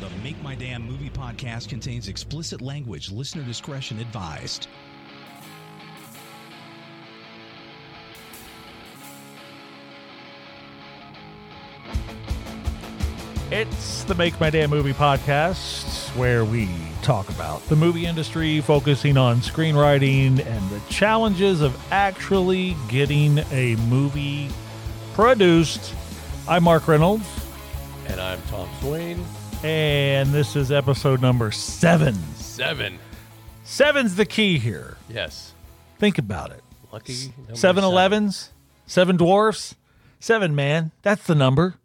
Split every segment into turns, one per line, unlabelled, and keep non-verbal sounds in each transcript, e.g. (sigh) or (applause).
The Make My Damn Movie podcast contains explicit language. Listener discretion advised.
It's the Make My Damn Movie podcast, where we talk about the movie industry, focusing on screenwriting and the challenges of actually getting a movie produced. I'm Mark Reynolds,
And I'm Tom Swain.
and this is episode number seven.
Seven.
Seven's the key here.
Yes.
Think about it.
Lucky. number
Seven Elevens, seven dwarfs, seven man. That's the number.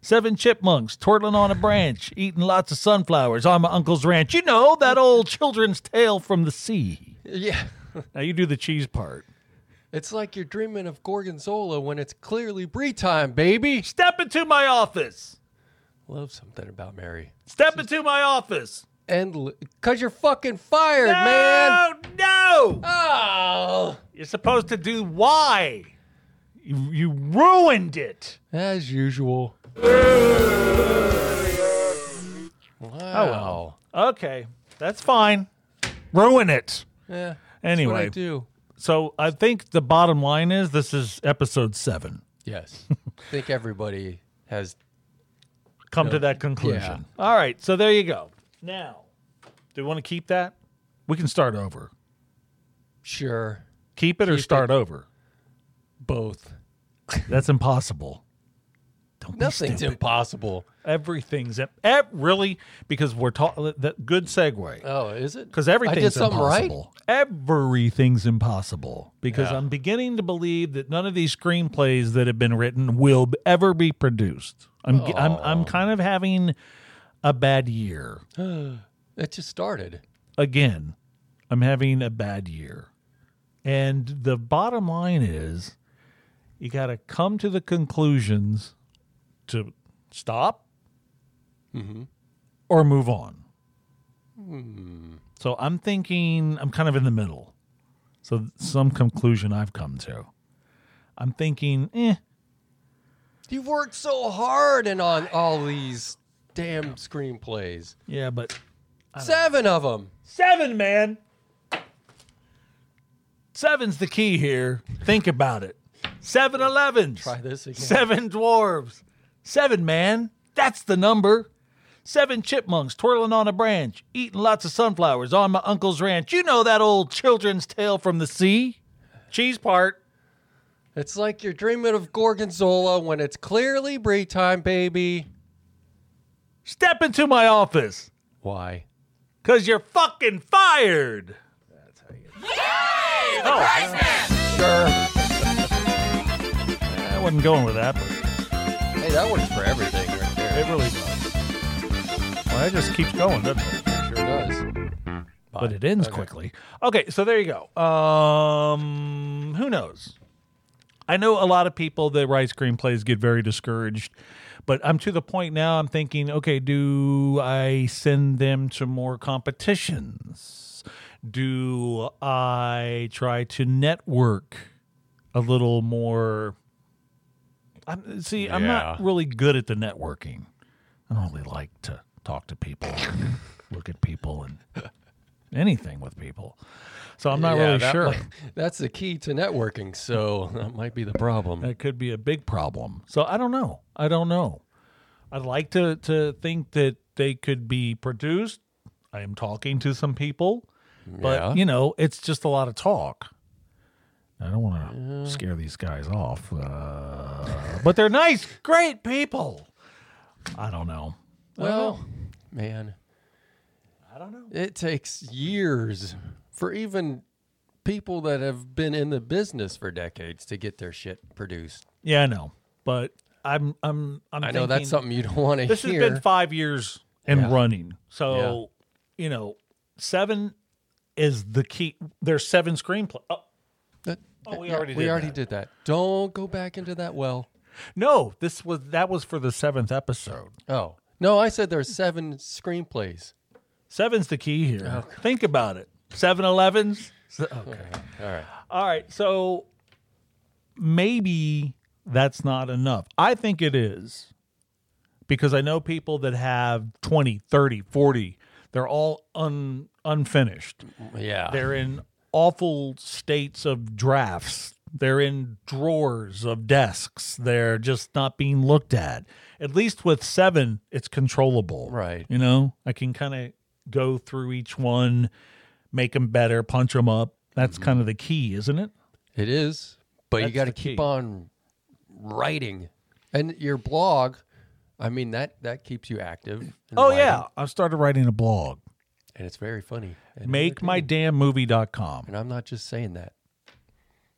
Seven chipmunks twirling on a branch, eating lots of sunflowers on my uncle's ranch. You know that old children's tale from the sea.
seven. Yeah. (laughs)
Now you do the cheese part.
It's like you're dreaming of Gorgonzola when it's clearly Brie time, baby.
Step into my office.
Love something about Mary.
Step into my office.
And li- cause you're fucking fired, man.
No, no.
Oh.
You're supposed to do why. You, you ruined it.
As usual. Wow.
Okay, that's fine. Ruin it.
Yeah. What I
Anyway.
do.
So I think the bottom line is this is episode seven.
Yes. (laughs) think everybody has.
Come to that conclusion. All right. So there you go. Now, do we want to keep that? We can start over.
Sure.
Keep it or
Keep
start over.
Both.
That's impossible. Don't be
Nothing's
stupid.
impossible.
Everything's im- ev- really because we're talking. Good segue.
Oh, is it?
Because everything's
I did something right.
impossible. Everything's impossible because
Yeah.
I'm beginning to believe that none of these screenplays that have been written will b- ever be produced. I'm g am
Oh.
I'm kind of having a bad year.
It just started.
again, I'm having a bad year. And the bottom line is you got to come to the conclusions to stop or move on. So I'm thinking, I'm kind of in the middle. So some conclusion I've come to. I'm thinking, eh,
You've worked so hard and on all these damn screenplays.
yeah, but
Seven of them.
Seven, man. Seven's the key here. Think about it. Seven elevens.
Try this again.
Seven dwarves. Seven, man. That's the number. Seven chipmunks twirling on a branch, eating lots of sunflowers on my uncle's ranch. You know that old children's tale from the sea? Cheese part.
It's like you're dreaming of Gorgonzola when it's clearly Brie time, baby.
Step into my office,
Why?
because you're fucking fired. Oh, That's how you. Yay! Oh,
Sure.
I wasn't going with that, but.
Hey, that one's for everything right there.
It really does. Well, that just keeps going, doesn't it?
It sure does.
But it ends quickly. Okay, so there you go. Um, who knows? I know a lot of people that write screenplays get very discouraged, but I'm to the point now. I'm thinking, okay, do I send them to more competitions? Do I try to network a little more? I'm, see, I'm not
Yeah.
really good at the networking. I don't really like to talk to people, and look at people, and anything with people. So I'm not
Yeah,
really
that
sure.
might- that's the key to networking, so that might be the problem.
That could be a big problem. So I don't know. I don't know. I'd like to to think that they could be produced. I am talking to some people, but
Yeah.
you know, it's just a lot of talk. I don't want to scare these guys off, uh, but they're nice, great people. I don't know.
Well, man,
I don't know.
it takes years for even people that have been in the business for decades to get their shit produced.
Yeah, I know, but I'm I'm I'm.
I know that's
thinking-
something you don't want to
this
hear.
has been five years and
Yeah.
running. So, you know, seven is the key. There's seven screenplay. Oh,
That-
Oh, we
yeah,
already
we
did
already
that.
did that. Don't go back into that well.
no, this was that was for the seventh episode.
Oh no, I said there's seven screenplays.
Seven's the key here. Think about it. Seven elevens. Okay.
All right.
All right. So maybe that's not enough. I think it is, because I know people that have 20, 30, 40. They're all un, unfinished.
Yeah.
They're in awful states of drafts. They're in drawers of desks. They're just not being looked at. At least with seven, it's controllable.
Right.
You know, I can kind of go through each one, make them better, punch them up. That's kind of the key, isn't it?
It is, but you
That's
got to
the
keep
key.
on writing, and your blog. I mean that that keeps you active. in
Oh,
writing,
yeah. I started writing a blog,
and it's very funny. And
makemydamnmovie.com.
and I'm not just saying that.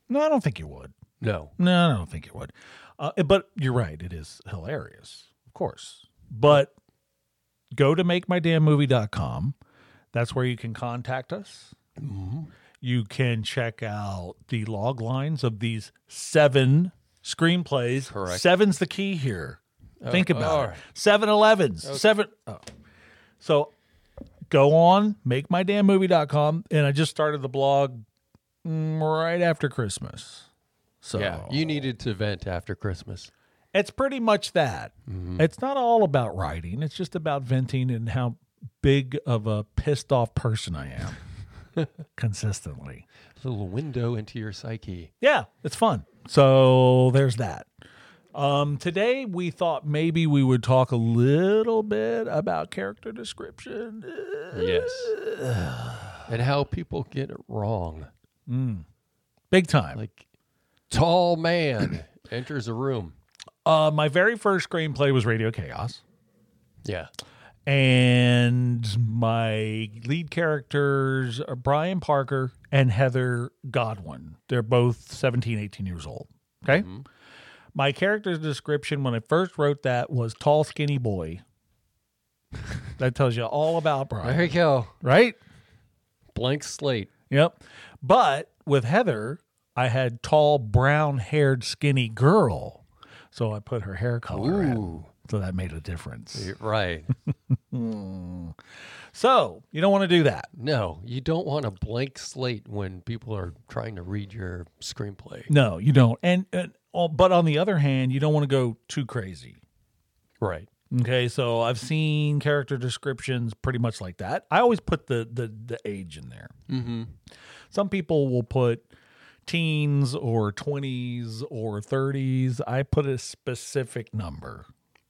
No, I don't think you would.
No,
No, I don't think it would. Uh, but you're right. It is hilarious, of course. But go to makemydamnmovie.com. That's where you can contact us.
Mm-hmm.
You can check out the log lines of these seven screenplays.
Correct. Oh,
Seven's the key here. Think
all
about it.
right.
Seven elevens. Seven. Oh. So go on, makemydamnmovie.com. And I just started the blog mm, right after Christmas. So
yeah, you needed to vent after Christmas.
it's pretty much that. It's not all about writing. It's just about venting and how big of a pissed off person I am consistently.
A little window into your psyche.
Yeah, it's fun. So there's that. Um, today we thought maybe we would talk a little bit about character description.
Yes, (sighs) and how people get it wrong.
Big time.
Like tall (coughs) man enters a room.
uh, my very first screenplay was Radio Chaos.
Yeah,
and my lead characters are Brian Parker and Heather Godwin. They're both 17, 18 years old. Okay. My character's description when I first wrote that was tall, skinny boy. that tells you all about
there
Brian,
you go.
right?
Blank slate.
Yep. But with Heather, I had tall, brown haired, skinny girl. So I put her hair color in.
Ooh,
So that made a difference.
right. (laughs)
So you don't want to do that.
No, you don't want a blank slate when people are trying to read your screenplay.
No, you don't. And, and oh, but on the other hand, you don't want to go too crazy.
Right.
Okay, so I've seen character descriptions pretty much like that. I always put the the, the age in there. Mm-hmm. Some people will put teens or twenties or thirties. I put a specific number.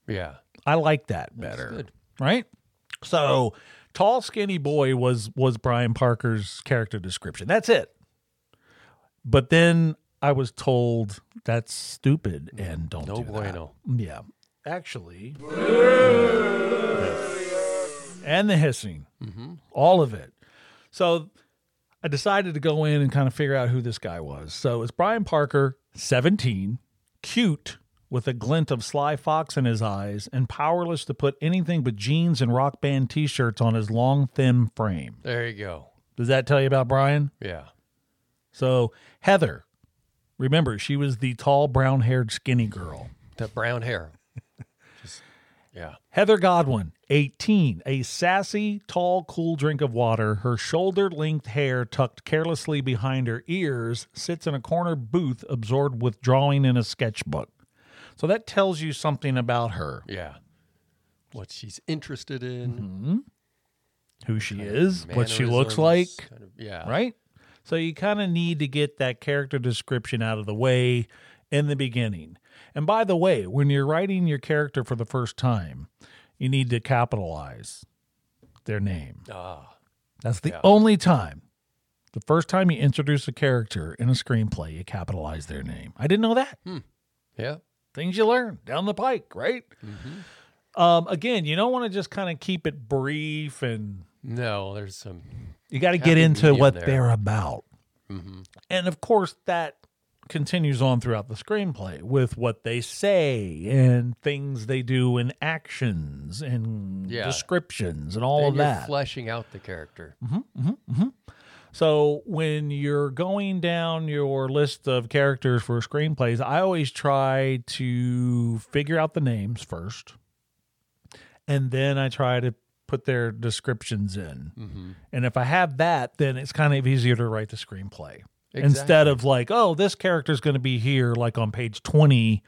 Yeah.
I like that better.
good.
Right? So tall skinny boy was was Brian Parker's character description. That's it. But then I was told that's stupid and don't
No
do that.
bueno.
Yeah. Actually. and the hissing. All of it. So I decided to go in and kind of figure out who this guy was. So it's Brian Parker, 17, cute, with a glint of Sly Fox in his eyes, and powerless to put anything but jeans and rock band t shirts on his long, thin frame.
There you go.
Does that tell you about Brian?
Yeah.
So Heather, remember, she was the tall, brown haired, skinny girl.
The brown (laughs) hair. Just, yeah.
Heather Godwin, 18, a sassy, tall, cool drink of water. Her shoulder length hair tucked carelessly behind her ears sits in a corner booth absorbed with drawing in a sketchbook. So that tells you something about her
Yeah. What she's interested in.
who she is, Mm-hmm. what she
mannerisms,
looks like,
kind of- yeah.
right? So you kind of need to get that character description out of the way in the beginning. And by the way, when you're writing your character for the first time, you need to capitalize their name.
Ah.
That's the only time. The first time you introduce a character in a screenplay, you capitalize their name. I didn't know that.
Hmm. Yeah.
Things you learn down the pike, right?
Mm-hmm.
Um, again, you don't want to just kind of keep it brief and
No, there's some.
you got to get into
medium
what
there. Mm-hmm.
they're about. And of course, that continues on throughout the screenplay with what they say and things they do and actions and
Yeah.
descriptions and all
and
of
you're
that.
fleshing out the character.
So when you're going down your list of characters for screenplays, I always try to figure out the names first, and then I try to put their descriptions in. And if I have that, then it's kind of easier to write the screenplay
Exactly.
instead of like, oh, this character's going to be here, like on page twenty.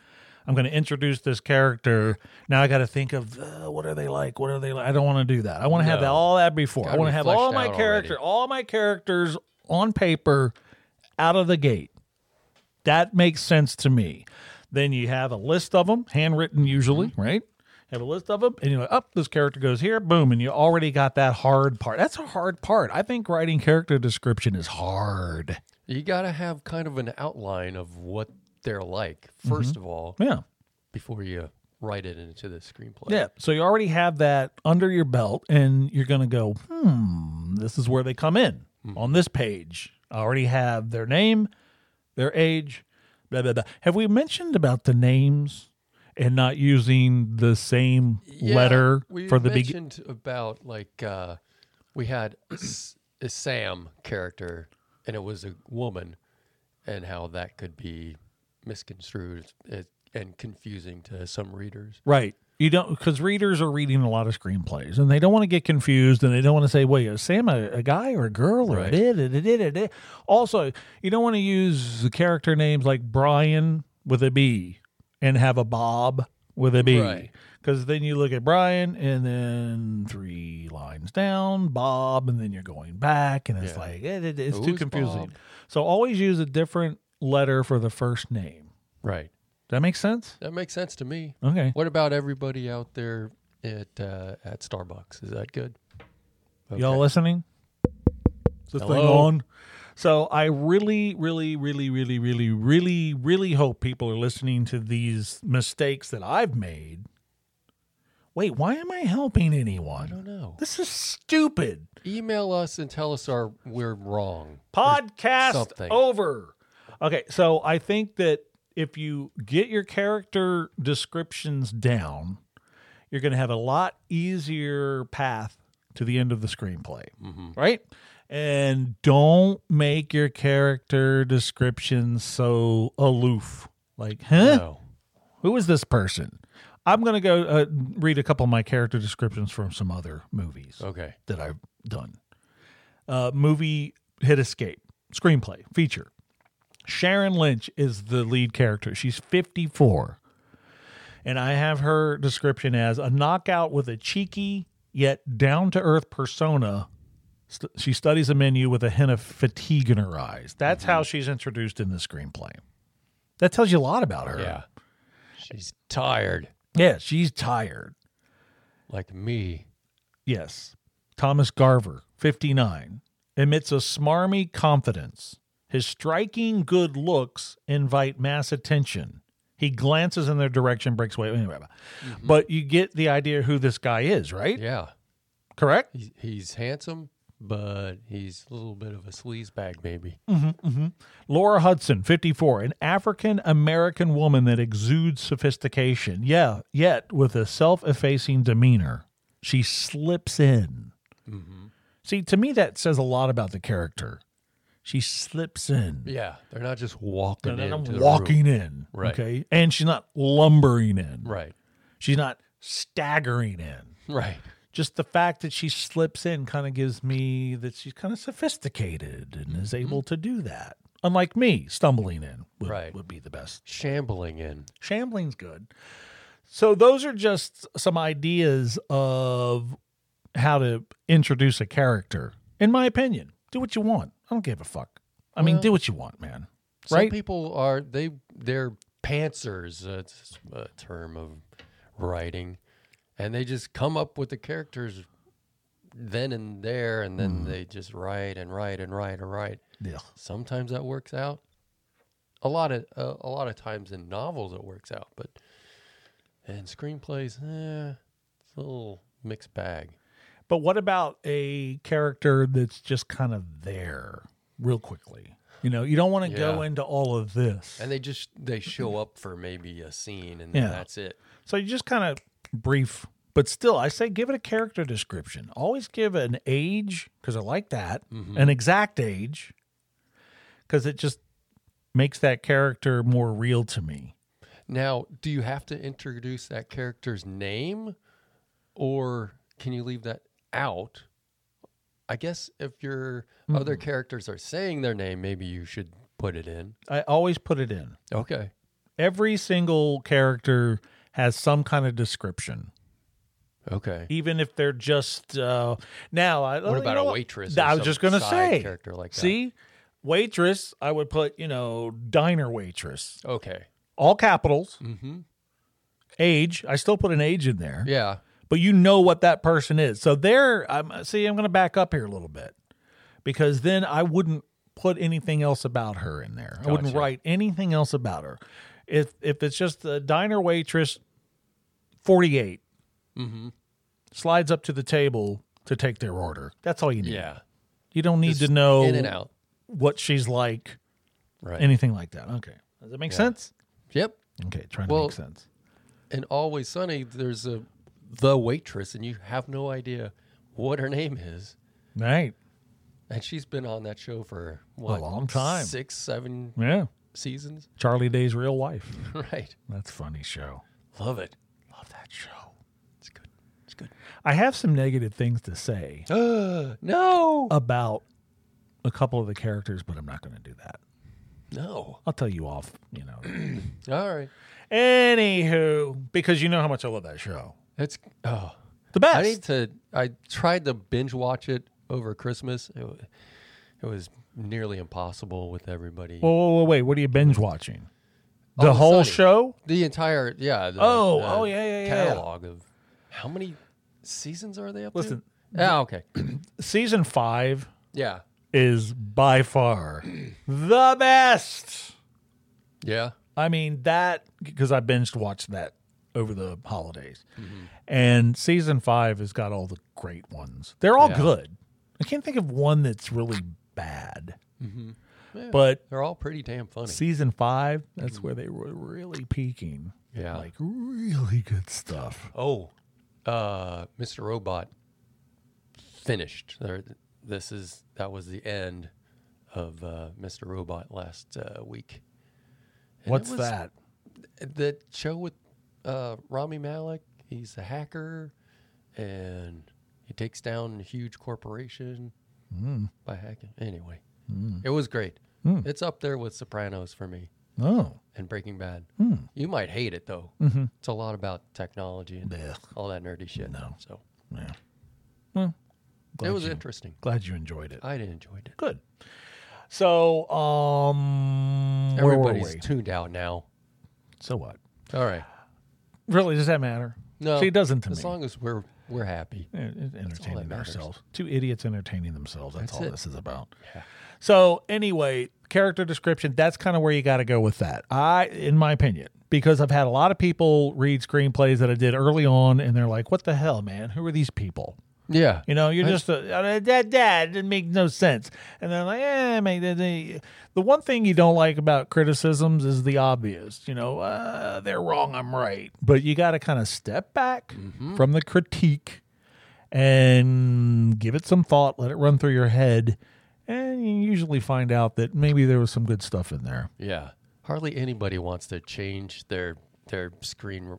I'm going to introduce this character. Now I got to think of uh, what are they like? What are they like? I don't want to do that. I want to have
No.
that, all that before. I
Gotta
want to
be
have
fleshed
all my
out
character,
already.
all my characters on paper out of the gate. That makes sense to me. Then you have a list of them, handwritten usually,
Mm-hmm.
right? Have a list of them, and you're like, oh, this character goes here, boom, and you already got that hard part. That's a hard part. I think writing character description is hard.
You got to have kind of an outline of what they're like,
Mm-hmm.
1st of all,
Yeah.
before you write it into the screenplay.
Yeah. So you already have that under your belt, and you're going to go, hmm, this is where they come in
Hmm.
on this page. I already have their name, their age, blah, blah, blah. Have we mentioned about the names and not using the same
Yeah,
letter
we
for the beginning?
mentioned about like uh, we had a S- a Sam character and it was a woman, and how that could be misconstrued as- and confusing to some readers.
Right. You don't because readers are reading a lot of screenplays and they don't want to get confused and they don't want to say, "Wait, is Sam a, a guy or a girl or
Right.
it is, it is, it is." Also, you don't want to use the character names like Brian with a B and have a Bob with a B
Right.
because then you look at Brian and then three lines down Bob and then you're going back and it's
Yeah.
like eh, it, it- it's too
Who's
confusing.
Bob?
So always use a different letter for the first name.
Right.
Does that make sense?
That makes sense to me.
Okay.
What about everybody out there at uh, at Starbucks? Is that good?
Y'all
Okay.
listening? Is this thing
Hello?
on? So I really, really, really, really, really, really, really hope people are listening to these mistakes that I've made. Wait, why am I helping
I
anyone?
don't know.
This is stupid.
Email us and tell us our we're wrong.
Podcast
something.
over. Okay, so I think that if you get your character descriptions down, you're going to have a lot easier path to the end of the screenplay,
Mm-hmm.
right? And don't make your character descriptions so aloof. Like, huh?
No.
Who is this person? I'm going to go uh, read a couple of my character descriptions from some other movies
Okay.
that I've done. Uh, movie Hit Escape, screenplay, feature. Sharon Lynch is the lead character. She's 54. And I have her description as a knockout with a cheeky yet down to earth persona. St- she studies a menu with a hint of fatigue in her eyes. That's how she's introduced in the screenplay. That tells you a lot about her.
Yeah. She's tired,
Yeah, she's tired.
like me.
Yes. Thomas Garver, 59, emits a smarmy confidence. His striking good looks invite mass attention. He glances in their direction, breaks away. Anyway, but you get the idea who this guy is, right?
Yeah.
Correct?
He's, he's handsome, but he's a little bit of a sleaze bag, maybe.
Laura Hudson, 54, an African American woman that exudes sophistication. Yeah, yet with a self effacing demeanor. She slips in. See, to me, that says a lot about the character. She slips in.
Yeah. They're not just walking
And then
into
I'm
the
walking
room.
in.
Right.
Okay. And she's not lumbering in.
Right.
She's not staggering in.
Right.
Just the fact that she slips in kind of gives me that she's kind of sophisticated and is
Mm-hmm.
able to do that. Unlike me, stumbling in would,
Right.
would be the best.
Shambling in.
Shambling's good. So those are just some ideas of how to introduce a character. In my opinion, do what you want. I don't give a fuck. I mean, do what you want, man.
Some
right?
people are they they're pantsers. That's a term of writing, and they just come up with the characters then and there, and then they just write and write and write and write.
Yeah.
Sometimes that works out. A lot of uh, a lot of times in novels it works out, but in screenplays, eh, it's a little mixed bag.
But what about a character that's just kind of there real quickly? You know, you don't want to go
Yeah.
into all of this.
And they just they show up for maybe a scene, and
Yeah.
then that's it.
so you just kind of brief, but still, I say give it a character description. Always give an age, because I like that,
Mm-hmm.
an exact age, because it just makes that character more real to me.
Now, do you have to introduce that character's name or can you leave that out? I guess if your other characters are saying their name, maybe you should put it in.
I always put it in.
Okay.
Every single character has some kind of description.
Okay.
even if they're just uh, now. I,
What about
you know
a waitress or
I was
some
just gonna
side
say
character like that?
See, waitress. I would put you know diner waitress,
Okay.
all capitals.
Mm-hmm.
Age. I still put an age in there,
Yeah.
but you know what that person is. So there. I'm see. I'm gonna back up here a little bit because then I wouldn't put anything else about her in there. I wouldn't
Gotcha.
write anything else about her. If if it's just the diner waitress, forty eight.
Mm-hmm.
slides up to the table to take their order. That's all you need.
Yeah.
You don't need
Just
to know
In and out.
what she's like,
Right.
anything like that. Okay. Does that make sense?
yep.
Okay, trying to
Well-
make sense.
And Always Sunny, there's a the waitress, and you have no idea what her name is.
Right.
And she's been on that show for what,
long time.
six, seven
Yeah.
seasons, (laughs)
Charlie Day's real wife.
right?
That's a funny show.
Love it.
Love that show.
It's good. It's good.
I have some negative things to say
Uh, (gasps) no,
about a couple of the characters, but I'm not going to do that.
no.
I'll tell you off, you know.
All right.
Anywho, because you know how much I love that show.
That's oh.
The best.
I need to. I tried to binge watch it over Christmas. It, wa- it was nearly impossible with everybody.
Whoa, whoa, whoa, wait. What are you binge watching? Oh, The
Always
whole
Sunny.
show?
the entire yeah. The,
Oh,
the
oh, yeah, yeah, yeah, yeah.
Catalog of how many seasons are they up
Listen,
to? Yeah. Okay. (clears throat)
Season five
yeah.
is by (clears throat) far the best.
Yeah.
I mean, that, because I binged watched that over the holidays. And season five has got all the great ones. They're all
Yeah.
good. I can't think of one that's really bad.
Mm-hmm.
But
They're all pretty damn funny.
season five, that's where they were really peaking.
Yeah.
Like really good stuff.
Oh, uh, Mr. Robot finished. There, this is that was the end of uh, Mr. Robot last uh, week. And it
What's
was
that?
The show with uh, Rami Malik. He's a hacker, and he takes down a huge corporation
Hmm.
by hacking. Anyway, it was great. It's up there with Sopranos for me
Oh.
and Breaking Bad.
Hmm.
You might hate it though.
Mm-hmm.
It's a lot about technology and
Blech.
all that nerdy shit. So
Yeah.
it
Glad
was
you-
interesting.
Glad you enjoyed it.
I enjoyed it.
Good. So, um, where were
Everybody's
we?
tuned out now.
so what?
All right.
Really, does that matter?
No,
See, it doesn't to
as
me.
long as we're we're happy.
Eh, eh, entertaining
matters.
ourselves. Two idiots entertaining themselves. That's,
That's
all
it.
this is about. So, anyway, character description, that's kind of where you got to go with that. I, in my opinion, because I've had a lot of people read screenplays that I did early on, and they're like, what the hell, man? Who are these people?
Yeah.
You know, you're just a, uh, that that didn't make no sense. And they're like, eh, make the, the the one thing you don't like about criticisms is the obvious. You know, uh, they're wrong, I'm right. But you got to kind of step back
Mm-hmm.
from the critique and give it some thought, let it run through your head, and you usually find out that maybe there was some good stuff in there.
Yeah. Hardly anybody wants to change their their screen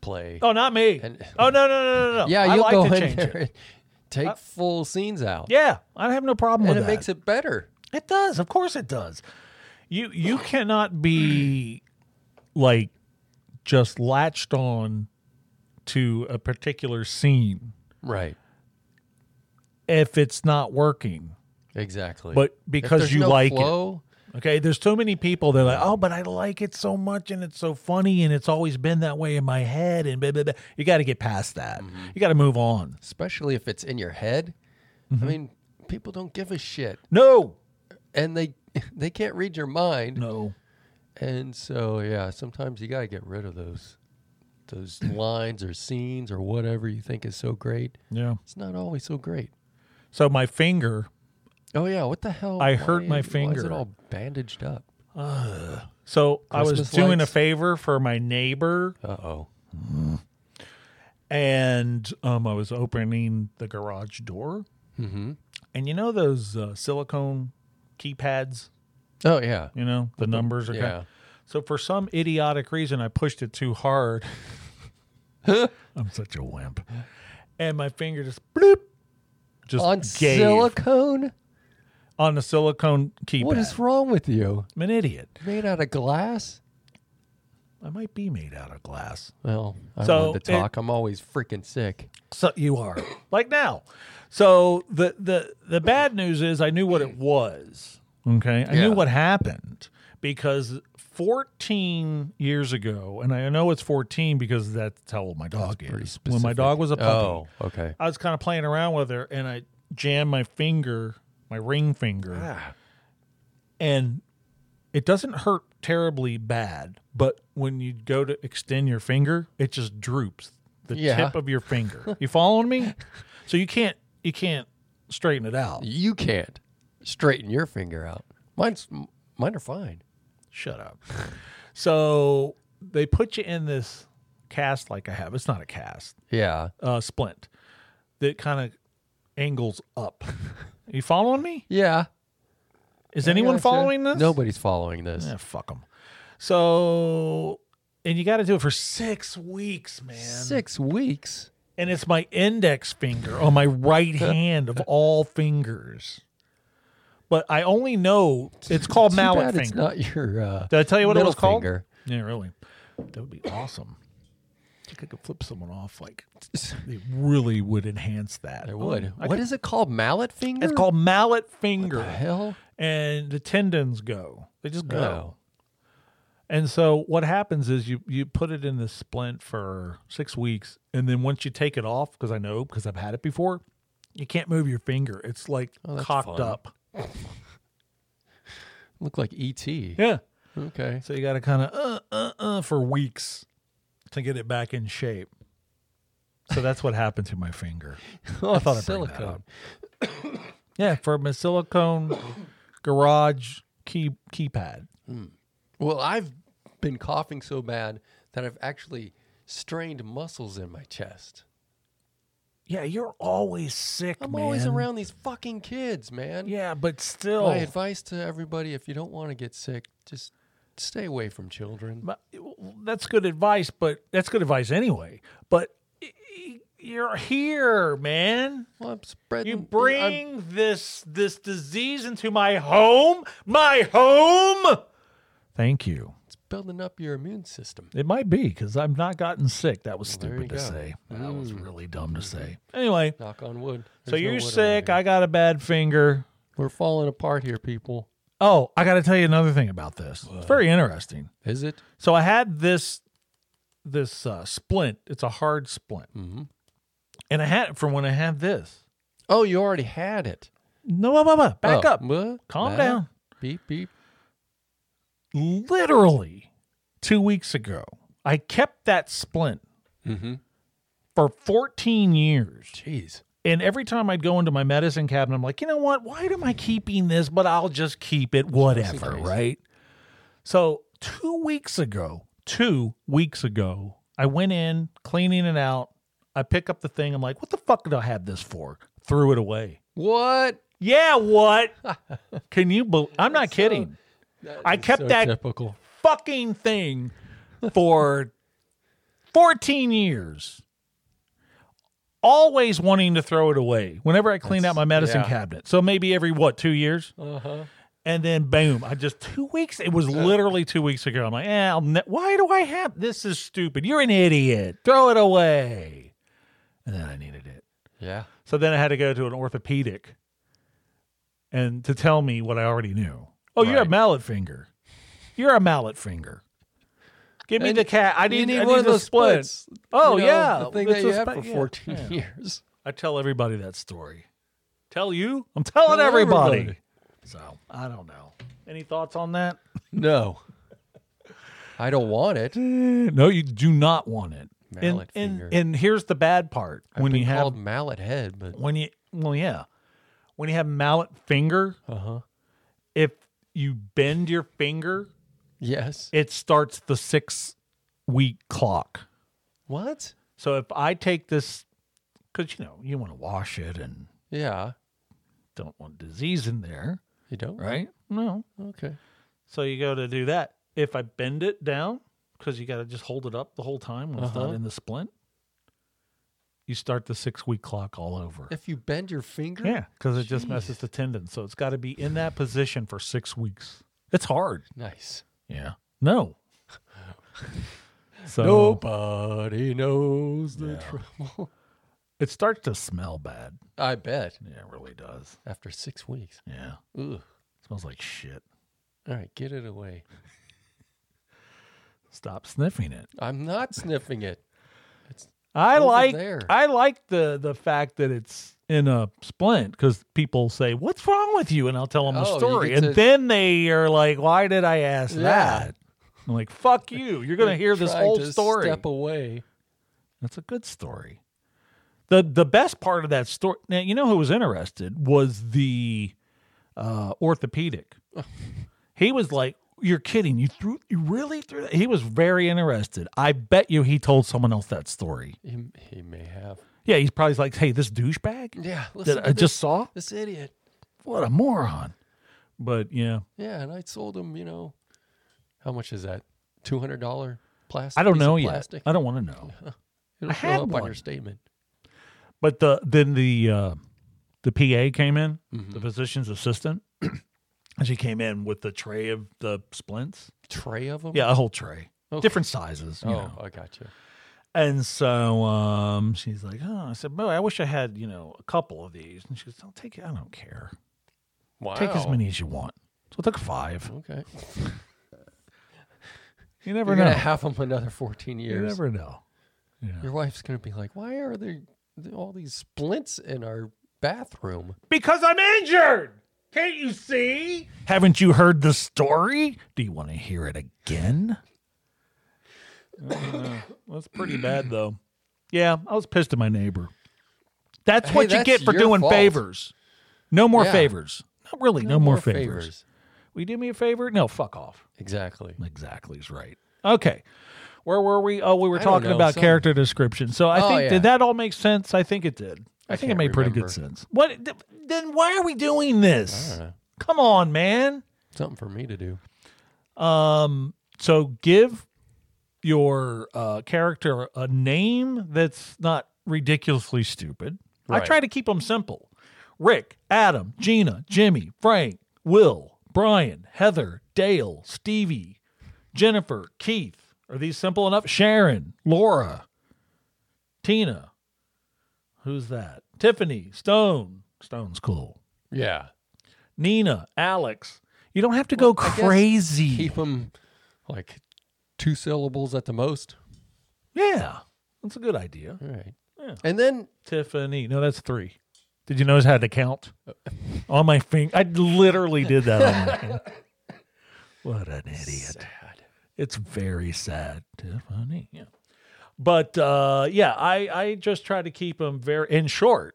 play.
Oh, not me.
And-
oh no no no no no.
yeah,
I
you'll
like
go
to
in
change
there (laughs)
it. Uh,
and take full scenes out.
Yeah, I have no problem
And
with
it
that.
makes it better.
It does. Of course it does. You you cannot be like just latched on to a particular scene
Right.
if it's not working.
Exactly.
But
If
because
there's
you
no
like it.
flow,
Okay, there's so many people that are like, oh, but I like it so much and it's so funny and it's always been that way in my head and blah, blah, blah. You got to get past that.
Mm-hmm.
You got to move on.
especially if it's in your head.
Mm-hmm.
I mean, people don't give a shit.
No,
and they (laughs) they can't read your mind.
no.
And so yeah, sometimes you gotta get rid of those those lines or scenes or whatever you think is so great.
Yeah.
It's not always so great.
So my finger
Oh yeah, what the hell?
I hurt my
Why is
finger.
it all bandaged up?
So I was
Christmas
doing a
lights.
favor for my neighbor
Uh oh.
and um, I was opening the garage door,
Mm-hmm.
and you know those uh, silicone keypads,
Oh yeah.
you know the numbers are. kind-
Yeah.
So for some idiotic reason, I pushed it too hard. (laughs) I'm such a wimp, and my finger just bloop, just
On
gave
silicone?
on the silicone keypad.
What is wrong with you?
I'm an idiot.
Made out of glass?
I might be made out of glass.
Well, I
So
wanted to
it-
talk. I'm always freaking sick.
So you are (coughs) like now. So the the the bad news is I knew what it was. Okay, I
Yeah.
knew what happened because 14 years ago, and I know it's 14 because that's how old my dog is. When my dog was a puppy,
Oh, okay.
I was kind of playing around with her, and I jammed my finger, my ring finger,
Ah.
and it doesn't hurt terribly bad. But when you go to extend your finger, it just droops the
Yeah.
tip of your finger. you following me? So you can't you can't straighten it out.
You can't straighten your finger out. Mine's mine are fine.
Shut up. So they put you in this cast like I have. It's not a cast.
Yeah.
uh, splint that kind of angles up. you following me?
Yeah.
Is anyone
Gotcha.
following this?
Nobody's following this.
Eh, fuck them. So, and you got to do it for six weeks, man.
Six weeks.
And it's my index finger on my right
(laughs)
hand of all fingers. But I only know it's called
Too
mallet
bad
finger.
It's not your. Uh,
Did I tell you what it
middle
was called?
finger.
Yeah, really. That would be awesome. I think I could flip someone off. Like,
(laughs)
they really would enhance that.
It would.
I
what
could-
is it called? Mallet finger.
It's called mallet finger.
hell.
and the tendons go. They just go.
Oh.
And so what happens is you you put it in the splint for six weeks, and then once you take it off, because I know because I've had it before, you can't move your finger. It's like
that's
cocked
fun.
up.
Look like
E
ET.
Yeah.
(laughs) Okay.
So you got to kind of uh uh uh for weeks to get it back in shape. So that's what happened to my finger.
Oh,
I thought I'd bring that
silicone.
up. Yeah, for my silicone garage key keypad.
Well, I've been coughing so bad that I've actually strained muscles in my chest.
Yeah, you're always sick.
I'm always
man.
around these fucking kids, man.
Yeah, Oh. but still.
My advice to everybody if you don't want to get sick, just stay away from children.
But- that's good advice, but that's good advice anyway. But y- y- you're here, man.
Well, I'm spreading.
You
Mm, I'm-
bring this this disease into my home, my home. Thank you.
it's building up your immune system.
It might be because I've not gotten sick. That was
there
stupid to
you go.
say. That was really dumb to say. Anyway,
Knock on wood.
so
There's no
you're
wood around
sick.
here.
I got a bad finger.
We're falling apart here, people.
Oh, I got to tell you another thing about this. It's very interesting.
Is it?
So I had this this uh, splint. It's a hard splint,
Mm-hmm.
and I had it from when I had this.
Oh, you already had it.
No, blah, blah, blah. back
Oh,
up,
what?
calm
Back?
down.
Beep, beep.
Literally two weeks ago, I kept that splint
Mhm.
for 14 years.
Jeez.
And every time I'd go into my medicine cabinet, I'm like, you know what? Why am I keeping this? But I'll just keep it, whatever,
case.
right? So two weeks ago, two weeks ago, I went in cleaning it out. I pick up the thing. I'm like, what the fuck did I have this for? Threw it away.
What?
Yeah, what? (laughs) Can you? Be- I'm not kidding. I
is
kept
so
that-
typical.
Fucking thing for 14 years. Always wanting to throw it away whenever I clean out my medicine
yeah.
cabinet. So maybe every what two years,
Uh huh.
and then boom, I just two weeks. It was literally two weeks ago. I'm like, eh, I'll ne- why do I have this? Is stupid. You're an idiot. Throw it away. And then I needed it.
Yeah.
So then I had to go to an orthopedic and to tell me what I already knew. Oh, you're a
Right.
mallet finger. You're a mallet finger. Give me
And
the cat. I
You
need,
need
I
one of
the
those splits.
Oh
You know,
yeah,
the thing
It's
that
a
you had
split,
for
yeah,
14
yeah. (laughs)
years.
I tell everybody that story. Tell you? I'm telling
Tell
everybody.
everybody.
So I don't know. Any thoughts on that?
No, I don't want it.
No, you do not want it.
Mallet
and,
finger.
And, and here's the bad part: when
Been
you have
called mallet head, but
when you well yeah when you have mallet finger
uh huh.
if you bend your finger,
Yes.
it starts the six week clock.
What?
So if I take this, because you know, you want to wash it and
Yeah.
don't want disease in there,
You don't.
right? No.
Okay.
So you go to do that. If I bend it down, because you got to just hold it up the whole time when it's
Uh-huh.
not in the splint, you start the six week clock all over.
If you bend your finger.
yeah, because it just messes the tendon. So it's got to be in
(sighs)
that position for six weeks. It's hard.
(laughs) Nice.
Yeah. No. So
Nobody knows the trouble.
it starts to smell bad.
I bet.
Yeah, it really does.
After six weeks.
Yeah.
Ugh.
smells like shit.
All right, get it away.
Stop sniffing it.
I'm not sniffing it. It's
I
Over
like
there.
I like the the fact that it's in a splint because people say, "What's wrong with you?" and I'll tell them
Oh,
the
you
story,
get
and
to-
then they are like, "Why did I ask
Yeah.
that?" I'm like, "Fuck you! You're gonna hear this
trying
whole
to
story."
Step away.
That's a good story. the The best part of that story, now you know who was interested was the uh,
(laughs)
orthopedic. he was like, "You're kidding! You threw, you really threw." That? He was very interested. I bet you he told someone else that story.
He, he may have.
Yeah, he's probably like, "Hey, this douchebag
Yeah. Listen
that
to
I
this-
just saw,
this idiot.
what a moron!" But yeah,
Yeah, and I sold him. You know, how much is that? Two hundred dollar plastic.
I don't
piece of
know yet.
Plastic.
I don't want to know.
It'll
I
show
had
up
one.
on your statement.
But the then the uh, the PA came in,
Mm-hmm.
the physician's assistant, (clears throat) and she came in with the tray of the splints.
Tray of them.
Yeah, a whole tray,
Oh. Okay.
different sizes. You
Oh,
know.
I got you.
And so um, she's like, "Oh," I said, "Boy, I wish I had you know a couple of these." And she goes, "Don't take it. I don't care.
Wow.
Take as many as you want." So I took five. (laughs)
Okay.
You never
We're
know.
gonna have them another fourteen
you
years.
never know.
Your wife's gonna be like, "Why are there all these splints in our bathroom?"
Because I'm injured. Can't you see? Haven't you heard the story? Do you want to hear it again? Uh, That's pretty bad, though. Yeah, I was pissed at my neighbor. That's
Hey,
what you
that's
get for
your
doing
fault.
favors. No more
Yeah.
favors. Not really. No, more, favors. Will you do me a favor? No, fuck off.
Exactly.
Exactly is right. Okay. Where were we? Oh, we were
I don't
talking
know,
about
some-
character description. So I
Oh,
think
yeah.
did that all make sense? I think it did. I, think it
can't
made pretty
remember.
good sense. What th- then why are we doing
I
this?
don't know.
Come on, man.
Something for me to do.
Um so give your uh character a name that's not ridiculously stupid. I
Right.
try to keep them simple. Rick, Adam, Gina, Jimmy, Frank, Will, Brian, Heather, Dale, Stevie, Jennifer, Keith. Are these simple enough? Sharon, Laura, Tina. Who's that? Tiffany, Stone. Stone's cool.
Yeah.
Nina, Alex. You don't have to go
I guess
crazy.
Keep them like two syllables at the most.
Yeah, that's a good idea.
All right.
Yeah.
And then
Tiffany. No, that's three. Did you notice how to
(laughs)
count on my finger? I literally did that. On my finger.
(laughs)
What an idiot!
Sad.
It's very sad, Tiffany. Yeah, but uh, yeah, I I just try to keep them very in short.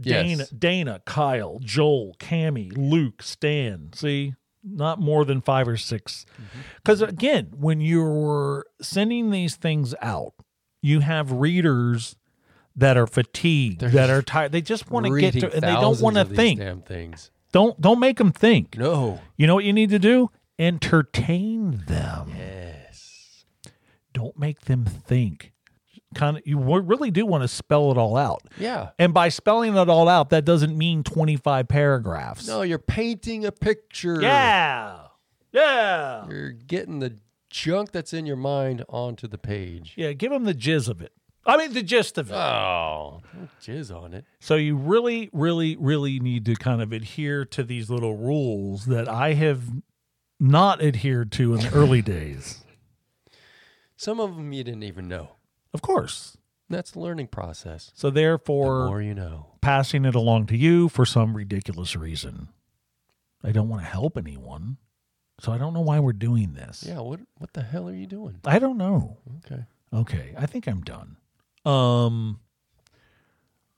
Dana,
Yes.
Dana, Kyle, Joel, Cammy, Luke, Stan. See, not more than five or six.
Mm-hmm.
Because again, when you're sending these things out, you have readers that are fatigued,
They're
that are tired. They just want to get
Reading
to, and they don't
thousands
want to
of these
think.
damn things.
Don't don't make them think.
No.
You know what you need to do? Entertain them.
Yes.
Don't make them think. Kind of, you wa- really do want to spell it all out.
Yeah.
And by spelling it all out, that doesn't mean 25 paragraphs.
No, you're painting a picture.
Yeah. Yeah.
You're getting the junk that's in your mind onto the page.
Yeah. Give them the jizz of it. I mean, the gist of it.
Oh, no jizz on it.
So you really, really, really need to kind of adhere to these little rules that I have not adhered to in
(laughs)
the early days.
Some of them you didn't even know.
Of course.
That's the learning process.
So
The
therefore,
more you know.
passing it along to you for some ridiculous reason. I don't want to help anyone. So I don't know why we're doing this.
Yeah. What What the hell are you doing?
I don't know.
Okay.
Okay, I think I'm done. Um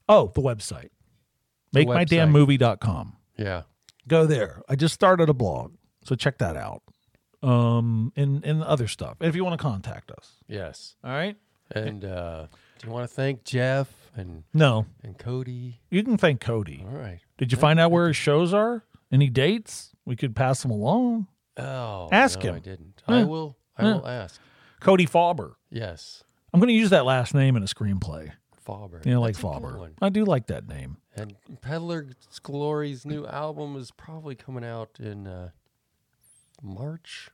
Oh, the website.
The
MakeMyDamnMovie.com.
Yeah.
Go there. I just started a blog, so check that out. Um and and other stuff. If you want to contact us.
Yes.
All right?
And uh, do you want to thank Jeff and
No.
and Cody?
You can thank Cody.
All right.
Did you find out where his shows are? Any dates? We could pass them along.
Oh,
Ask
no, I
him.
didn't.
Yeah.
I will. I
Yeah.
will ask.
Cody Fauber.
Yes.
I'm going to use that last name in a screenplay.
Faber.
You know, like
That's a good
Fauber.
one.
I do like that name.
And Peddler's Glory's new album is probably coming out in uh, March.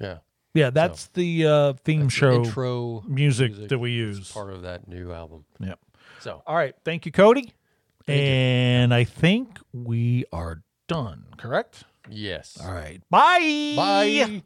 Yeah.
Yeah, that's the uh, theme
That's the
show
intro
music,
music
that we
that's
use.
part of that new album.
Yep.
So
All right. Thank you, Cody.
Thank you.
and I think we are done, correct?
yes,
All right. Bye.
bye.